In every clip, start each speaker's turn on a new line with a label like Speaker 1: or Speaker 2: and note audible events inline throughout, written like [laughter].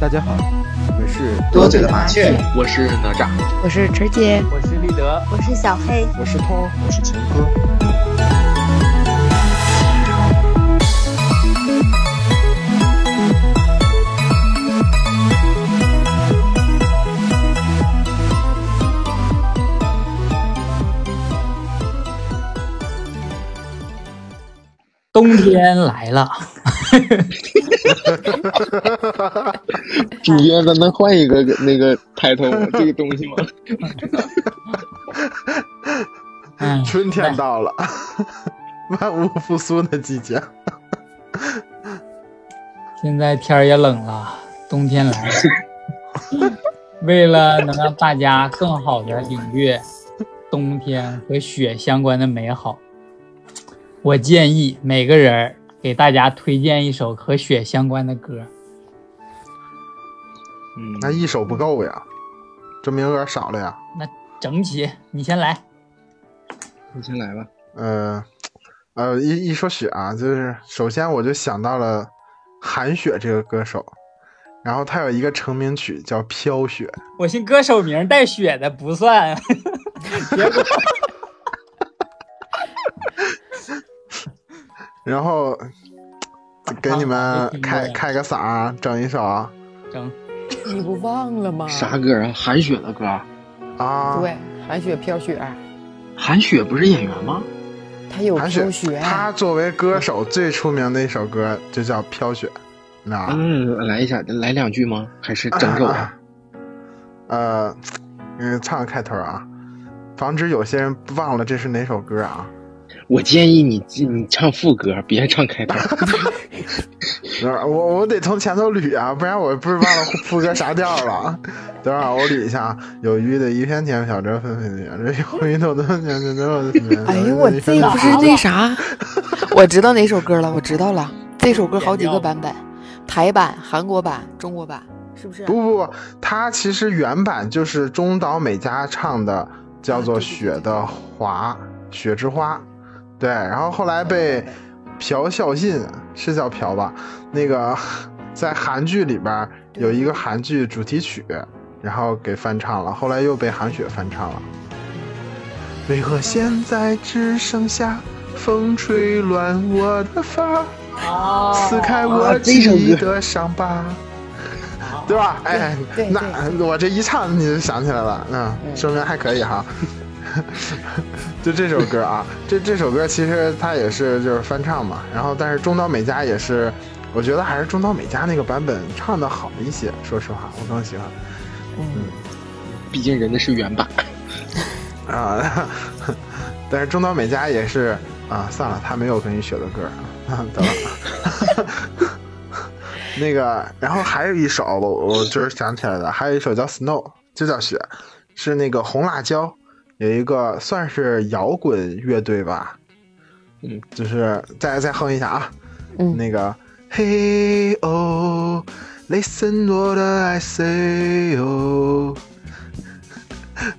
Speaker 1: 大家好，我们是
Speaker 2: 多嘴的麻雀，
Speaker 3: 我是哪吒，
Speaker 4: 我是池姐，
Speaker 5: 我是立德，
Speaker 6: 我是小黑，
Speaker 7: 我是通，
Speaker 8: 我是秦哥。
Speaker 3: 冬天来了，
Speaker 2: 主角咱能换一个那个抬头
Speaker 1: [laughs]
Speaker 2: 这个东西吗？
Speaker 4: 嗯
Speaker 3: 哎，
Speaker 1: 春天到了， [laughs] 万物复苏的季节。
Speaker 3: 现在天儿也冷了，冬天来了。为了能让大家更好的领略冬天和雪相关的美好。我建议每个人给大家推荐一首和雪相关的歌。
Speaker 1: 嗯，那一首不够呀，这名额少了呀。
Speaker 3: 那整体你先来，
Speaker 2: 你先来吧。
Speaker 1: 呃，呃，一一说雪啊，就是首先我就想到了韩雪这个歌手，然后他有一个成名曲叫《飘雪》。
Speaker 3: 我信歌手名带“雪”的不算。结果
Speaker 1: 然
Speaker 4: 啊
Speaker 1: 后给你们开开个嗓，啊整一首，
Speaker 3: 整。
Speaker 4: 你不忘了吗？
Speaker 2: 啥歌啊？韩雪的歌
Speaker 1: 啊？
Speaker 4: 对，韩雪飘雪。
Speaker 2: 韩雪不是演员吗？
Speaker 4: 她有飘
Speaker 1: 雪。她作为歌手最出名的一首歌就叫《飘雪》，你知道吗？
Speaker 2: 嗯，来一下，来两句吗？还是整首、啊
Speaker 1: 啊？ [laughs] 呃，嗯，唱个开头啊，防止有些人忘了这是哪首歌啊。
Speaker 2: 我建议你你唱副歌，别唱开头。
Speaker 1: [laughs] 我我得从前头捋啊，不然我不是忘了副歌啥调了。啊等会儿我捋一下啊。有鱼的一片天，小舟纷飞的这有鱼头的天，小舟纷飞
Speaker 4: 哎呦，我这不是
Speaker 2: [laughs]
Speaker 4: 那啥，我知道哪首歌了，我知道了。这首歌好几个版本，台版、韩国版、中国版，是不是、啊？
Speaker 1: 不不不，它其实原版就是中岛美嘉唱的，叫做《雪的华》《雪之花》。对，然后后来被朴孝信是叫朴吧？那个在韩剧里边有一个韩剧主题曲，然后给翻唱了，后来又被韩雪翻唱了。为何现在只剩下风吹乱我的发，
Speaker 3: 哦、
Speaker 1: 撕开我记忆的伤疤，
Speaker 3: 哦、
Speaker 1: 对吧？哎，
Speaker 4: 对对
Speaker 1: 那我这一唱你就想起来了，嗯，说明还可以哈。 [laughs] 就这首歌啊，这这首歌其实它也是就是翻唱嘛，然后但是中岛美嘉也是，我觉得还是中岛美嘉那个版本唱的好一些，说实话，我更喜欢。
Speaker 4: 嗯，
Speaker 2: 毕竟人家是原版
Speaker 1: 啊， [laughs] 但是中岛美嘉也是啊，算了，他没有跟你学的歌啊， [laughs] 得了。 [laughs] 那个，然后还有一首我我就是想起来的，还有一首叫《Snow》，就叫雪，是那个红辣椒。有一个算是摇滚乐队吧，嗯，就是再再哼一下啊，
Speaker 4: 嗯，
Speaker 1: 那个 Hey oh, listen what I say oh，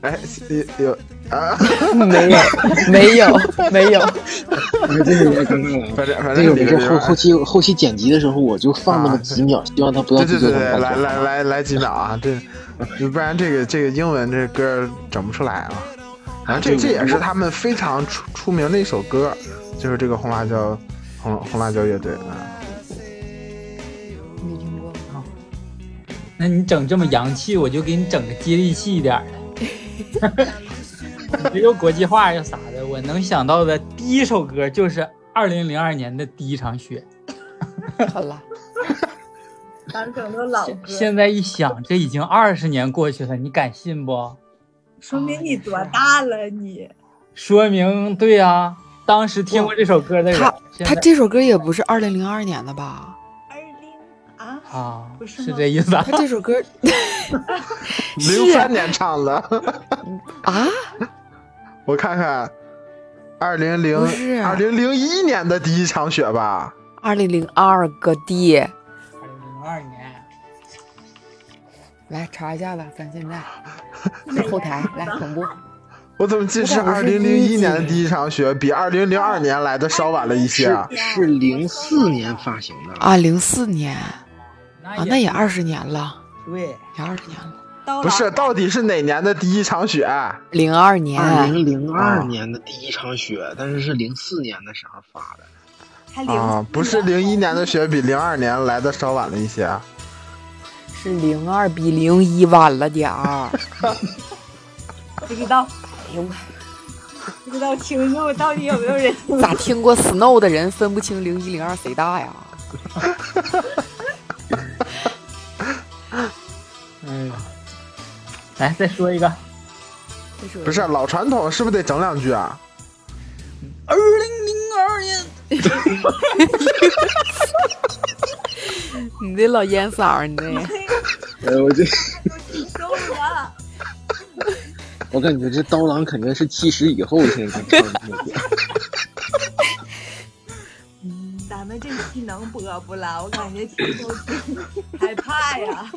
Speaker 1: 哎有 [laughs] 啊，
Speaker 4: 没有没有没有，
Speaker 1: 啊
Speaker 2: 这是我刚刚
Speaker 1: 反正反
Speaker 2: 这个
Speaker 1: 正
Speaker 2: 没事，后后期后期剪辑的时候我就放那么几秒，希望他不要
Speaker 1: 啊对对对对，来来来来几秒啊，这不然这个这个英文这歌整不出来啊。然、啊、后这这也是他们非常出出名的一首歌，就是这个红辣椒红红辣椒乐队啊。
Speaker 4: 没听过啊？
Speaker 3: 那你整这么洋气，我就给你整个接地气一点的。 [laughs] 你又国际化又啥的，我能想到的第一首歌就是二零零二年的第一场雪。
Speaker 4: 好了，
Speaker 6: 咱整都老歌。
Speaker 3: 现在一想，这已经二十年过去了，你敢信不？
Speaker 6: 说明你多
Speaker 4: 啊
Speaker 6: 大了你？
Speaker 3: 说明对呀、啊，当时听过这首歌的人，
Speaker 4: 他他这首歌也不是二零零二年
Speaker 2: [laughs]
Speaker 4: 的吧？
Speaker 6: 二零啊
Speaker 3: 啊，
Speaker 6: 不是
Speaker 3: 是这意思、啊。
Speaker 4: 他这首歌
Speaker 1: 零三年唱的 [laughs]
Speaker 4: 啊？
Speaker 1: 我看看，二零零二零零一年的第一场雪吧？
Speaker 4: 二零零二个 D，
Speaker 3: 二零零二年。
Speaker 4: 来查一下吧，咱现在后台来同步。
Speaker 1: 我怎么记得是
Speaker 2: 我感觉
Speaker 1: 二
Speaker 2: 是
Speaker 1: 零零一
Speaker 2: 一
Speaker 1: 年
Speaker 2: 几
Speaker 1: 的第一场雪，比二零零二年来的稍晚了一些
Speaker 2: 是
Speaker 1: 啊。
Speaker 2: 是零四年发行的，
Speaker 4: 啊，零四年啊
Speaker 3: 啊，
Speaker 4: 那也二十年了，
Speaker 5: 对，
Speaker 4: 也二十年了，
Speaker 6: 刀
Speaker 1: 不是，
Speaker 6: 郎
Speaker 1: 到底是哪年的第一场雪？
Speaker 4: 零二
Speaker 2: 二
Speaker 4: 年
Speaker 2: 零零
Speaker 1: 啊
Speaker 2: 二年的第一场雪，但是是零四年的时候发的。
Speaker 6: 还零
Speaker 1: 啊，不是零一年的雪比零二年来的稍晚了一些啊。
Speaker 4: 是零二比零一晚了点 [laughs] 儿。
Speaker 6: 不知道
Speaker 4: 哎呦我，
Speaker 6: 不知道听众到底有没有人
Speaker 4: [laughs]
Speaker 6: 听
Speaker 4: 咋听过 Snow 的人分不清零一零二谁大呀？
Speaker 3: 哎呀，来再说一个，
Speaker 1: 不是老传统，是不是得整两句啊？
Speaker 3: 二零零二年
Speaker 4: 你这老烟嗓儿，你这
Speaker 2: 呃，我这
Speaker 6: 受了？
Speaker 2: 我感觉这刀郎肯定是七十以后才能唱这个歌。
Speaker 6: 咱们这期能播不啦？我感觉听众害怕呀。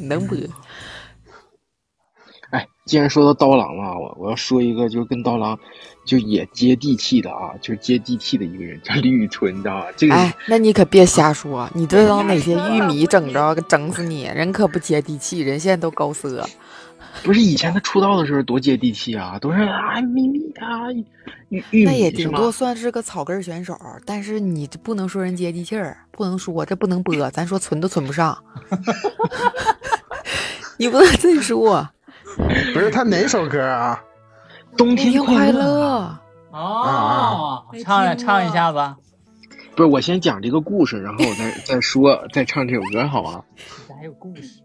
Speaker 4: 能播？
Speaker 2: 哎，既然说到刀郎了，我我要说一个就是跟刀郎就也接地气的啊，就是接地气的一个人，叫李宇春，你知道吧？这个人
Speaker 4: 哎，那你可别瞎说，你这让哪些玉米整着，整死你！人可不接地气，人现在都高奢。
Speaker 2: 不是以前他出道的时候多接地气啊，都是啊咪咪啊玉玉
Speaker 4: 那也
Speaker 2: 米是
Speaker 4: 顶
Speaker 2: 吗？
Speaker 4: 多算是个草根儿选手，但是你这不能说人接地气儿，不能说这不能 [laughs] 播，咱说存都存不上。 [laughs] 你不能这么说，
Speaker 1: 不是他哪首歌啊？
Speaker 2: 冬
Speaker 4: 冬天
Speaker 2: 天
Speaker 4: 快
Speaker 2: 快
Speaker 4: 乐，
Speaker 1: 啊
Speaker 3: 哦，唱了唱一下子，
Speaker 2: 不是我先讲这个故事，然后我再 [laughs] 再说再唱这首歌好吗？
Speaker 3: 这还有故事，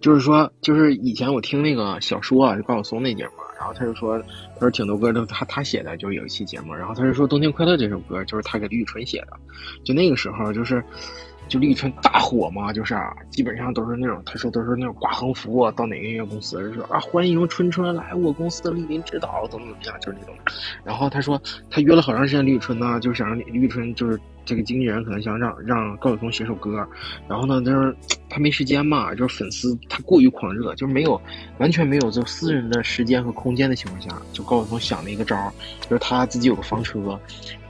Speaker 2: 就是说，就是以前我听那个小说啊，就高晓松那节目，然后他就说，他说挺多歌都他他写的，就是有一期节目，然后他就说《冬天快乐》这首歌就是他给李宇春写的，就那个时候就是，就李宇春大火嘛，就是、啊、基本上都是那种，他说都是那种挂横幅啊，到哪个音乐公司就说啊欢迎春春来我公司的莅临指导，怎么怎么样，就是那种。然后他说他约了好长时间李宇春呢，就想让李李宇春就是这个经纪人可能想让让高晓松写首歌，然后呢，就是他没时间嘛，就是粉丝他过于狂热，就是没有完全没有就私人的时间和空间的情况下，就高晓松想了一个招儿，就是他自己有个房车，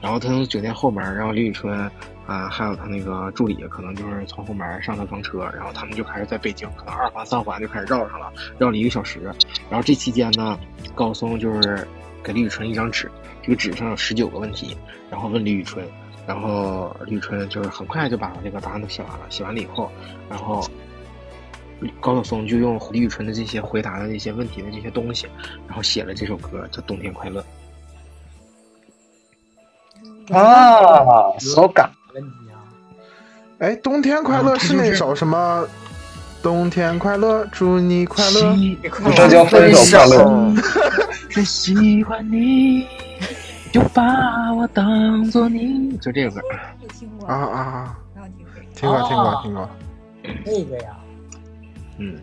Speaker 2: 然后他从酒店后门儿，然后李宇春啊、还有他那个助理，可能就是从后门儿上他房车，然后他们就开始在北京可能二环三环就开始绕上了，绕了一个小时。然后这期间呢，高晓松就是给李宇春一张纸，这个纸上有十九个问题，然后问李宇春。然后李宇春就是很快就把这个答案都写完了，写完了以后，然后高晓松就用李宇春的这些回答的这些问题的这些东西，然后写了这首歌叫《冬天快乐》。
Speaker 7: 啊，手感
Speaker 3: 问题啊，
Speaker 1: 哎，冬天快乐是那首什么？冬天快乐，祝你快乐。
Speaker 7: 这叫分手快乐。
Speaker 2: 只喜欢你，就把我当做你，就这个歌。
Speaker 6: 我听过
Speaker 1: 啊啊，啊！
Speaker 6: 没有听过。
Speaker 1: 听过，
Speaker 3: 哦
Speaker 1: 听过，听过。
Speaker 3: 这个呀，
Speaker 2: 嗯，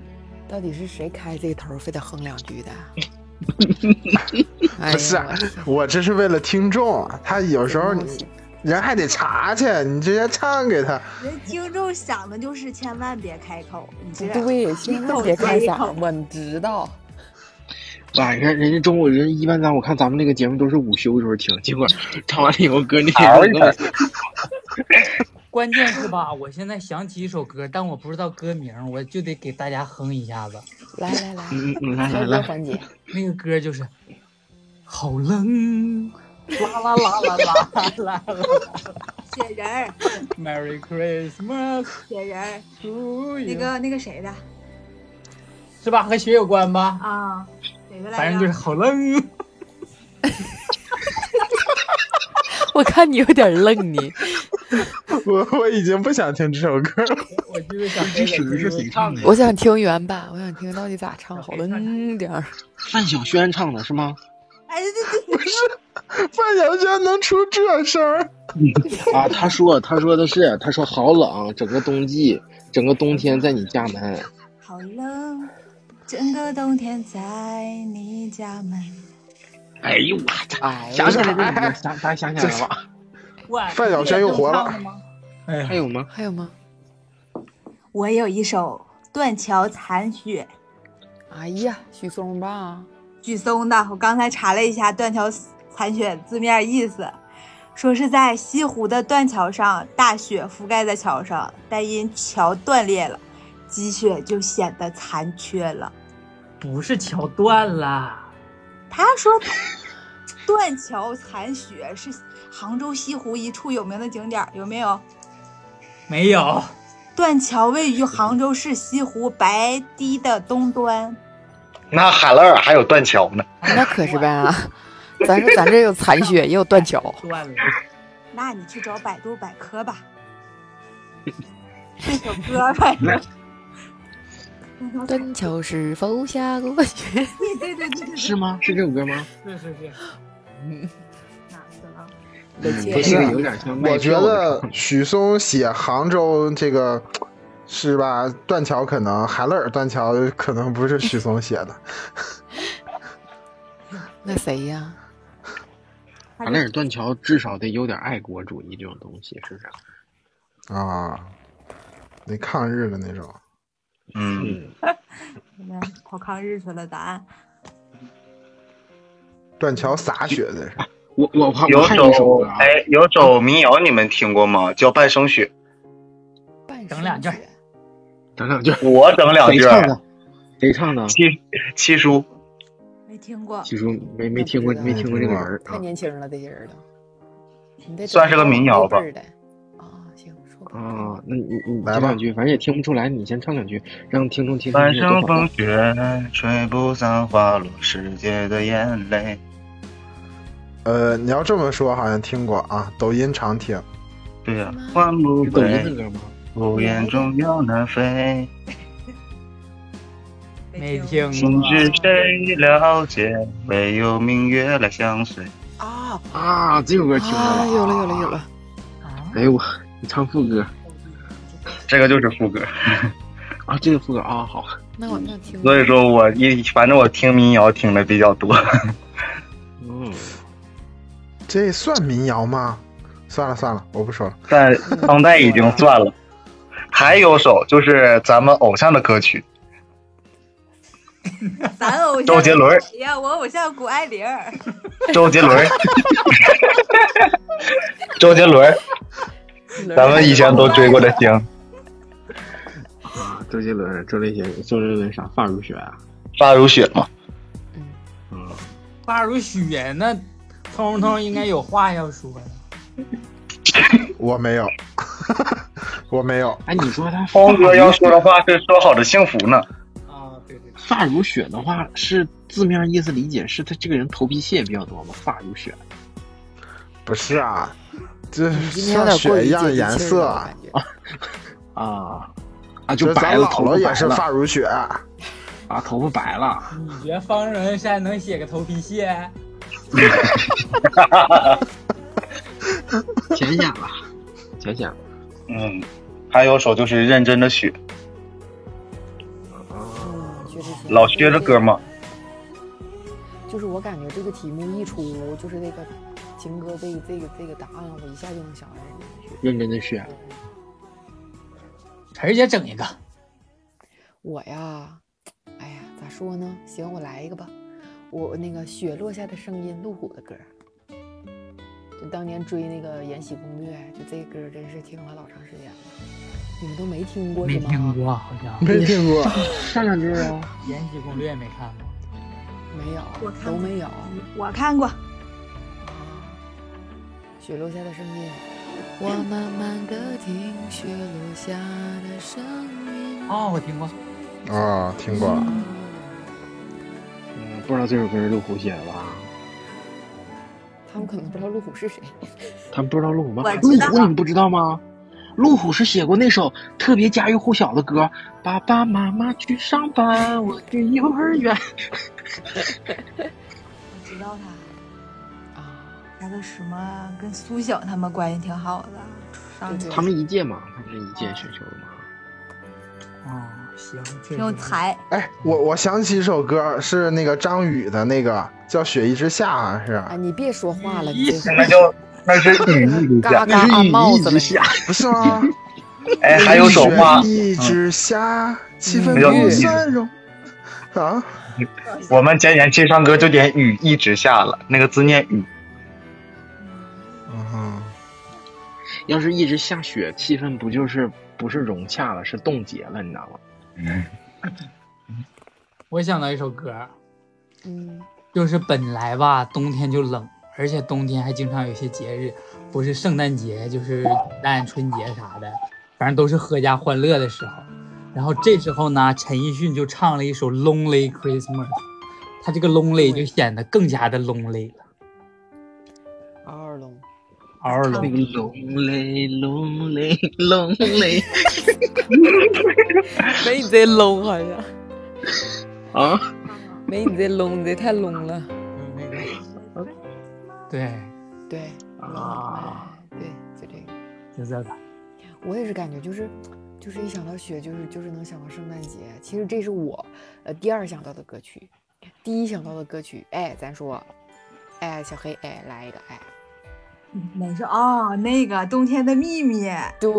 Speaker 4: 到底是谁开这头儿，非得哼两句的？哎呀
Speaker 1: 不是啊，我这是为了听众啊，他有时候
Speaker 4: 这东西
Speaker 1: 人还得查去，你直接唱给他。
Speaker 6: 人听众想的就是千万别开口，你这
Speaker 4: 对，千万别开嗓子，你知道。
Speaker 2: 晚上人家中午人一般咱我看咱们这个节目都是午休时候听，结果唱完了以后歌那
Speaker 7: 嗷一
Speaker 2: 个
Speaker 7: 下
Speaker 3: 关键是吧，我现在想起一首歌，但我不知道歌名，我就得给大家哼一下子。
Speaker 4: 来
Speaker 2: [laughs]
Speaker 4: 来来，
Speaker 2: 嗯，嗯来来
Speaker 4: 唱歌
Speaker 2: 来，
Speaker 1: [laughs]
Speaker 4: 环节，
Speaker 3: 那个歌就是好冷，啦啦啦啦啦啦啦
Speaker 6: 写人儿，
Speaker 3: ，Merry Christmas
Speaker 6: 写人儿，
Speaker 3: to you，
Speaker 6: 那个那个谁的
Speaker 3: 是吧？和雪有关吧？
Speaker 6: 啊？哪个
Speaker 3: 反
Speaker 6: 来
Speaker 3: 正就是
Speaker 6: 着？
Speaker 3: 好冷。
Speaker 4: 我看你有点愣你。
Speaker 1: 我我已经不想听这首歌了。
Speaker 3: [laughs] 我就是想
Speaker 2: 这首歌是谁唱的呀
Speaker 4: 我想听原版，我想听到底咋唱，好了，嗯点儿。
Speaker 2: 范晓萱唱的是吗？
Speaker 6: 哎，对对对，
Speaker 1: 范晓萱能出这声儿？
Speaker 2: 啊，他说他说的是，他说好冷，整个冬季，整个冬天在你家门。
Speaker 6: 好冷，整个冬天在你家门。
Speaker 2: 哎呦我操！
Speaker 4: 哎呀
Speaker 2: 想起来这首歌，想大家想起来 [laughs] 了吧？
Speaker 1: 范晓萱又活了。
Speaker 3: 哎呀
Speaker 2: 还，有吗？
Speaker 4: 还有吗？
Speaker 6: 我有一首《断桥残雪》，
Speaker 4: 哎呀，许嵩吧，
Speaker 6: 许嵩的，我刚才查了一下断桥残雪字面意思，说是在西湖的断桥上，大雪覆盖在桥上，但因桥断裂了，积雪就显得残缺了。
Speaker 5: 不是桥断了，
Speaker 6: 他说他断桥残雪是杭州西湖一处有名的景点儿，有没有？
Speaker 5: 没有，
Speaker 6: 断桥位于杭州市西湖白堤的东端。
Speaker 7: 那海拉尔还有断桥呢，
Speaker 4: 那可是呗啊！ [laughs] 咱说咱这有残雪，也有断桥，
Speaker 5: 断
Speaker 3: [laughs]
Speaker 5: 了。
Speaker 6: 那你去找百度百科吧。 [laughs] 这首歌反正。
Speaker 4: 断桥是否下过雪？
Speaker 6: 对对对对对，
Speaker 2: 是吗？是这首歌吗？
Speaker 5: 是是是，
Speaker 6: 哪个了？
Speaker 2: 不是，有点像卖
Speaker 1: 我觉
Speaker 2: 票的
Speaker 1: 得许嵩写杭州这个是吧？断桥可能海勒尔断桥可能不是许嵩写的，
Speaker 4: 那谁呀？
Speaker 2: 卡莱尔断桥至少得有点爱国主义这种东西，是不是？
Speaker 1: 啊，那抗日的那种。
Speaker 7: 嗯，
Speaker 6: 你们跑抗日去了，答案。
Speaker 1: 断桥洒雪的是，
Speaker 2: 我我我我
Speaker 7: 有
Speaker 2: 还有一首
Speaker 7: 首
Speaker 2: 歌啊，
Speaker 7: 哎，有首民谣你们听过吗？叫《半生雪
Speaker 4: 半
Speaker 3: 整两句
Speaker 4: 生雪
Speaker 2: 等两句，》，
Speaker 7: 我整两
Speaker 2: 谁
Speaker 7: 句。
Speaker 2: 唱的？谁唱的？
Speaker 7: 七七叔，
Speaker 6: 没听过，
Speaker 2: 其实没没听过，没听过这个人儿
Speaker 4: 太
Speaker 2: 啊。
Speaker 4: 年轻了，这些人都，你得
Speaker 7: 算是个民谣吧
Speaker 4: 找一个辈儿的啊，行，说吧。
Speaker 2: 啊，那你你你
Speaker 1: 来
Speaker 2: 唱
Speaker 1: 吧
Speaker 2: 两句，反正也听不出来，你先唱两句，让听众听听
Speaker 7: 半
Speaker 2: 这个多好
Speaker 7: 生
Speaker 2: 啊
Speaker 7: 风雪，吹不散滑落世界的眼泪。
Speaker 1: 呃，你要这么说，好像听过啊，抖音常听。
Speaker 7: 对呀、
Speaker 2: 嗯
Speaker 4: 妈
Speaker 7: 换不
Speaker 2: 是抖音的
Speaker 7: 回
Speaker 2: 歌吗？
Speaker 7: 无言中鸟南
Speaker 2: 嗯
Speaker 7: 飞，
Speaker 3: 没听
Speaker 7: 心
Speaker 3: 过。
Speaker 7: 知谁了解？唯有明月来相随。
Speaker 4: 啊
Speaker 2: 啊，这首歌听过
Speaker 4: 啊，有了有了有
Speaker 2: 了。
Speaker 4: 了，
Speaker 2: 哎呦我，你唱副歌
Speaker 7: 这个就是副歌，
Speaker 2: 啊？这个副歌啊，好，
Speaker 4: 那我那听
Speaker 7: 所以说我一反正我听民谣听的比较多。
Speaker 2: 嗯，
Speaker 1: 这算民谣吗？算了算了，我不说了。
Speaker 7: 但当代已经算了。还有首就是咱们偶像的歌曲，
Speaker 6: 咱偶像
Speaker 7: 周杰伦
Speaker 6: 谁呀？我偶像谷爱凌儿。
Speaker 7: 周杰伦，周杰伦，咱们以前都追过的星，
Speaker 2: 啊，周杰伦，周杰伦，周杰伦啥？发如雪啊？
Speaker 7: 发如雪嘛。
Speaker 2: 嗯，
Speaker 3: 发如雪，那通通应该有话要说呀。
Speaker 1: 我没有，我没有。
Speaker 2: 哎，你说他
Speaker 7: 峰哥要
Speaker 2: 说
Speaker 7: 说的话是说好的幸福呢，
Speaker 3: 啊，对对对，
Speaker 2: 发如雪的话，是字面意思理解是他这个人头皮屑比较多吗？发如雪
Speaker 1: 不是啊，这
Speaker 4: 今天
Speaker 1: 像
Speaker 4: 有点过于
Speaker 1: 雪一样的
Speaker 4: 接地
Speaker 1: 颜
Speaker 4: 气儿
Speaker 1: 色
Speaker 4: 了我
Speaker 1: 啊，
Speaker 2: 啊啊，
Speaker 4: 感觉
Speaker 7: [laughs]
Speaker 2: 就
Speaker 1: 就
Speaker 2: 是白
Speaker 1: 咱
Speaker 2: 了，
Speaker 1: 老
Speaker 2: 头
Speaker 1: 了
Speaker 2: 发
Speaker 1: 也
Speaker 2: 白
Speaker 1: 是
Speaker 2: 了
Speaker 1: 发如雪。
Speaker 2: 啊，头发白 [laughs] 了，
Speaker 3: 你觉得方文山能写个头皮屑？
Speaker 2: 浅显了，浅显了
Speaker 7: 嗯，还有首就是认真的雪，
Speaker 4: 嗯确实是
Speaker 7: 老薛的歌嘛。
Speaker 4: 就是我感觉这个题目一出，就是那个情歌这个这个这个答案，我一下就能想到这
Speaker 2: 认真的雪
Speaker 4: 个。
Speaker 3: 晨儿姐整一个，
Speaker 4: 我呀，哎呀，咋说呢？行，我来一个吧。我那个雪落下的声音，路虎的歌儿，就当年追那个《延禧攻略》，就这歌儿真是听了老长时间了。你们都没听过是
Speaker 3: 没
Speaker 4: 吗？
Speaker 3: 听过，好像《
Speaker 1: 没听过，
Speaker 2: 上两句啊，
Speaker 3: 延禧攻略》没看过。
Speaker 4: 没有
Speaker 6: 我看，
Speaker 4: 都
Speaker 6: 过
Speaker 4: 没有。
Speaker 6: 我看过，
Speaker 4: 雪落下的声音，我慢慢的听雪落下的声音。
Speaker 3: 哦，我听过。
Speaker 1: 啊，听过了。
Speaker 2: 嗯，不知道这首歌是路虎写的吧？
Speaker 4: 他们可能不知道路虎是谁。
Speaker 2: 他们不知道路虎吗
Speaker 6: 我？
Speaker 2: 路
Speaker 6: 知道
Speaker 2: 虎你们不知道吗？路虎是写过那首特别家喻户晓的歌《爸爸妈妈去上班，我去幼儿
Speaker 4: [laughs]
Speaker 2: 园》。
Speaker 6: 我知道他。
Speaker 4: 啊，
Speaker 6: 他的什么跟苏醒他们关系挺好的，上
Speaker 4: 对
Speaker 6: 去
Speaker 4: 对
Speaker 2: 他们一届嘛，他们是一届选秀的嘛。
Speaker 3: 哦，行，确实
Speaker 6: 挺有才。
Speaker 1: 哎，我我想起一首歌，是那个张宇的那个叫《雪一直下》，好像
Speaker 4: 哎，
Speaker 1: 是
Speaker 4: 你别说话了，
Speaker 3: 一
Speaker 4: 你这
Speaker 7: 那就那是雨一直
Speaker 4: 嘎
Speaker 7: 下，
Speaker 4: 嘎
Speaker 2: 那
Speaker 4: 按
Speaker 2: 是
Speaker 4: 帽
Speaker 2: 雨一
Speaker 4: 子
Speaker 2: 直
Speaker 4: 了。
Speaker 2: 下，
Speaker 1: 不是吗？
Speaker 7: 哎，还有首
Speaker 1: 雪
Speaker 7: 花，
Speaker 1: 一直下，气氛
Speaker 4: 那叫
Speaker 1: 不算融。啊，
Speaker 7: 我们今年金山哥就点雨一直下了，那个字念雨。
Speaker 1: 嗯，
Speaker 2: [laughs] 要是一直下雪，气氛不就是不是融洽了，是冻结了，你知道吗？
Speaker 3: 我想到一首歌，
Speaker 4: 嗯，
Speaker 3: 就是本来吧，冬天就冷，而且冬天还经常有些节日，不是圣诞节就是元旦、春节啥的，反正都是阖家欢乐的时候。然后这时候呢，陈奕迅就唱了一首《Lonely Christmas》，他这个 lonely 就显得更加的 lonely 了。
Speaker 4: 嗷嗷龙，
Speaker 3: 嗷嗷
Speaker 2: 那个
Speaker 3: lonely，
Speaker 2: lonely lonely lonely
Speaker 4: 没你这 l 好像，
Speaker 2: 啊，
Speaker 4: 没你这 l 你这太 l 了。
Speaker 6: 嗯
Speaker 3: [laughs] 对，
Speaker 4: 对，
Speaker 2: 啊
Speaker 4: 哎对，就这个。
Speaker 3: 就这个。
Speaker 4: 我也是感觉就是，就是一想到雪，就是就是能想到圣诞节。其实这是我，呃，第二想到的歌曲，第一想到的歌曲，哎，咱说，哎，小黑，哎，来一个，哎，
Speaker 6: 没事哦，那个冬天的秘密
Speaker 4: 对，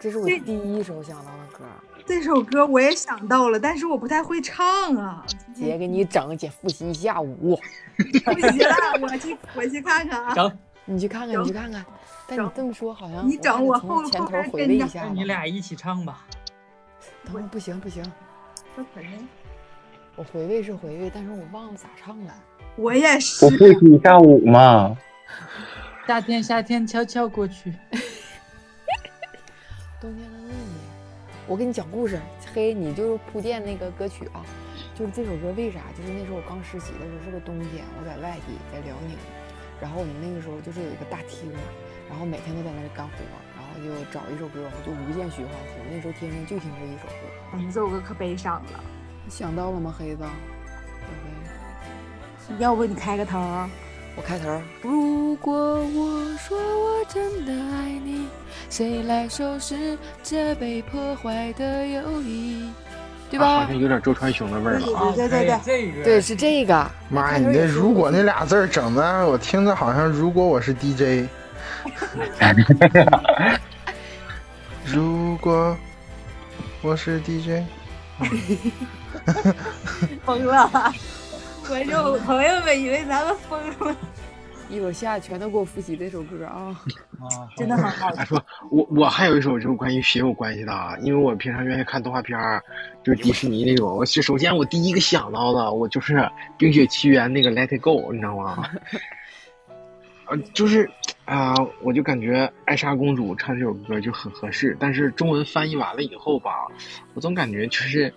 Speaker 4: 这是我
Speaker 6: 这
Speaker 4: 第一首想到的歌。
Speaker 6: 这首歌我也想到了，但是我不太会唱啊。
Speaker 4: 姐给你整，姐复习一下午，
Speaker 6: 不行了，我去我去看看啊。
Speaker 3: 整，
Speaker 4: 你去看看，你去看看。但你
Speaker 6: 整
Speaker 4: 这么说好像
Speaker 6: 你整
Speaker 4: 还得
Speaker 6: 我
Speaker 4: 从
Speaker 6: 后
Speaker 4: 前
Speaker 6: 后
Speaker 4: 头
Speaker 6: 边
Speaker 4: 回
Speaker 6: 跟
Speaker 4: 味
Speaker 6: 着
Speaker 4: 一下
Speaker 3: 那
Speaker 4: 吧。
Speaker 3: 你俩一起唱吧。
Speaker 4: 等会儿不行不行，我回味是回味，但是我忘了咋唱了。
Speaker 6: 我也是
Speaker 7: 我，复习一下午嘛。
Speaker 3: 夏天，夏天悄悄过去。
Speaker 4: 冬天的秘密，我给你讲故事。黑，你就是铺垫那个歌曲啊，就是这首歌为啥？就是那时候我刚实习的时候是个冬天，我在外地，在辽宁，然后我们那个时候就是有一个大厅嘛，然后每天都在那儿干活，然后就找一首歌，我就无限循环听。那时候天天就听这一首歌。
Speaker 6: 这首歌可悲伤了。
Speaker 4: 你想到了吗，黑子？小黑
Speaker 6: 要不你开个头儿？
Speaker 4: 我开头。如果我说我真的爱你，谁来收拾这被破坏的友谊？对吧？
Speaker 2: 啊好像有点周传雄的味儿了。
Speaker 6: 对对对对，
Speaker 3: 哦这个
Speaker 4: 对，是这个。
Speaker 1: 妈呀，你那如果那俩字儿整的，我听着好像如果我是 DJ。如果我是 DJ，
Speaker 6: 疯了！ [laughs] 观众朋友们以为咱们疯了，
Speaker 4: 一会儿下全都给我复习这首歌啊！
Speaker 3: 啊，
Speaker 6: 真的很好听。
Speaker 2: 我我还有一首就是关于雪有关系的，啊，因为我平常愿意看动画片儿，就是迪士尼那种。我首先我第一个想到的，我就是《冰雪奇缘》那个《Let It Go》，你知道吗？ [laughs] 呃，就是啊、我就感觉艾莎公主唱这首歌就很合适，但是中文翻译完了以后吧，我总感觉就是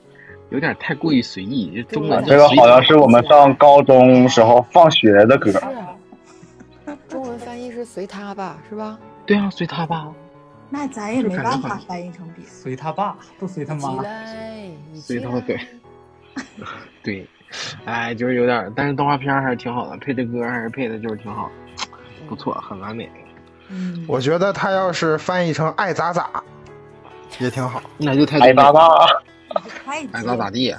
Speaker 2: 有点太过于随意，就中文就
Speaker 4: 对
Speaker 7: 这个
Speaker 2: 随
Speaker 7: 好像
Speaker 2: 手
Speaker 7: 是我们上高中时候放学的歌
Speaker 4: 是，
Speaker 3: 嗯
Speaker 4: 啊，中文翻译是随他吧，是吧？
Speaker 2: 对啊，随他吧，
Speaker 6: 那咱也没办法翻译成别的。
Speaker 3: 随他爸，不随他
Speaker 4: 起
Speaker 3: 妈。
Speaker 4: 来，你
Speaker 2: 随
Speaker 4: 起
Speaker 2: 他吧
Speaker 4: 来。
Speaker 2: 对对，哎，就是有点儿，但是动画片儿还是挺好的，配的歌还是配的，就是挺好的。不错，很完美。
Speaker 4: 嗯，
Speaker 1: 我觉得他要是翻译成爱咋咋，也挺好。
Speaker 2: 那就太
Speaker 7: 爱咋咋，
Speaker 6: 太
Speaker 2: 爱咋咋地。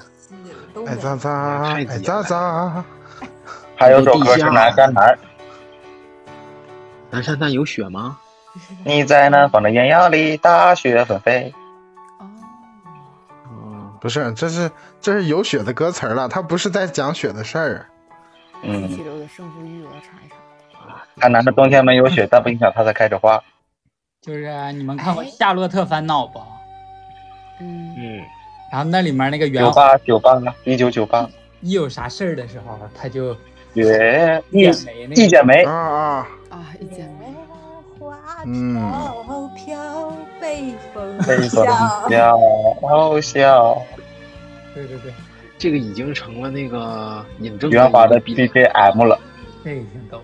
Speaker 6: 都
Speaker 1: 爱
Speaker 6: 没
Speaker 1: 咋咋，
Speaker 2: 太
Speaker 1: 爱
Speaker 2: 急
Speaker 1: 咋
Speaker 2: 了
Speaker 1: 咋，
Speaker 7: 还有首歌是南山南。
Speaker 2: 南山南有雪吗？
Speaker 7: 你在南方的艳阳里，大雪纷飞。
Speaker 4: 哦，
Speaker 2: 嗯，
Speaker 1: 不是，这是这是有雪的歌词儿了，他不是在讲雪的事儿。
Speaker 4: 激
Speaker 7: 嗯
Speaker 4: 起，了我的胜负欲，我要查一查。
Speaker 7: 海南的冬天没有雪，但不影响它在开着花。
Speaker 3: 就是啊你们看过《夏洛特烦恼》吧？
Speaker 4: 嗯，
Speaker 2: 嗯，
Speaker 3: 然后那里面那个袁
Speaker 7: 九八九八，一九九八，
Speaker 3: 一有啥事儿的时候，他就
Speaker 7: 雪一
Speaker 3: 眼眉那
Speaker 7: 一
Speaker 3: 个。
Speaker 7: 剪梅
Speaker 1: 啊。啊，
Speaker 4: 啊，一见面，
Speaker 6: 花
Speaker 1: 嗯
Speaker 6: 飘飘，北风
Speaker 7: 飞风
Speaker 6: 啸。
Speaker 7: 笑笑，
Speaker 3: 对对对，
Speaker 2: 这个已经成了那个引证
Speaker 7: 圆滑的
Speaker 2: 一个
Speaker 7: BGM 了。
Speaker 3: 这个挺逗。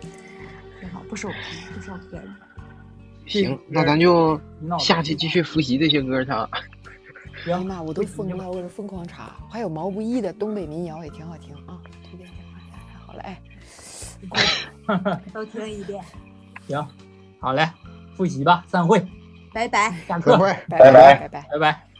Speaker 6: 挺好，不受骗，不受骗。
Speaker 2: 行，那咱就
Speaker 3: 闹
Speaker 2: 下期继续复习这些歌去啊。
Speaker 4: 哎呀妈，我都疯了，我这疯狂查，还有毛不易的东北民谣也挺好听啊，推荐一下，太好了，哎，
Speaker 6: 都听一遍，
Speaker 3: 行，好嘞，复习吧，散会，
Speaker 6: 拜拜。
Speaker 3: 下
Speaker 1: 再
Speaker 3: 课，
Speaker 1: 会。
Speaker 4: 拜
Speaker 7: 拜
Speaker 4: 拜拜。
Speaker 3: 拜拜。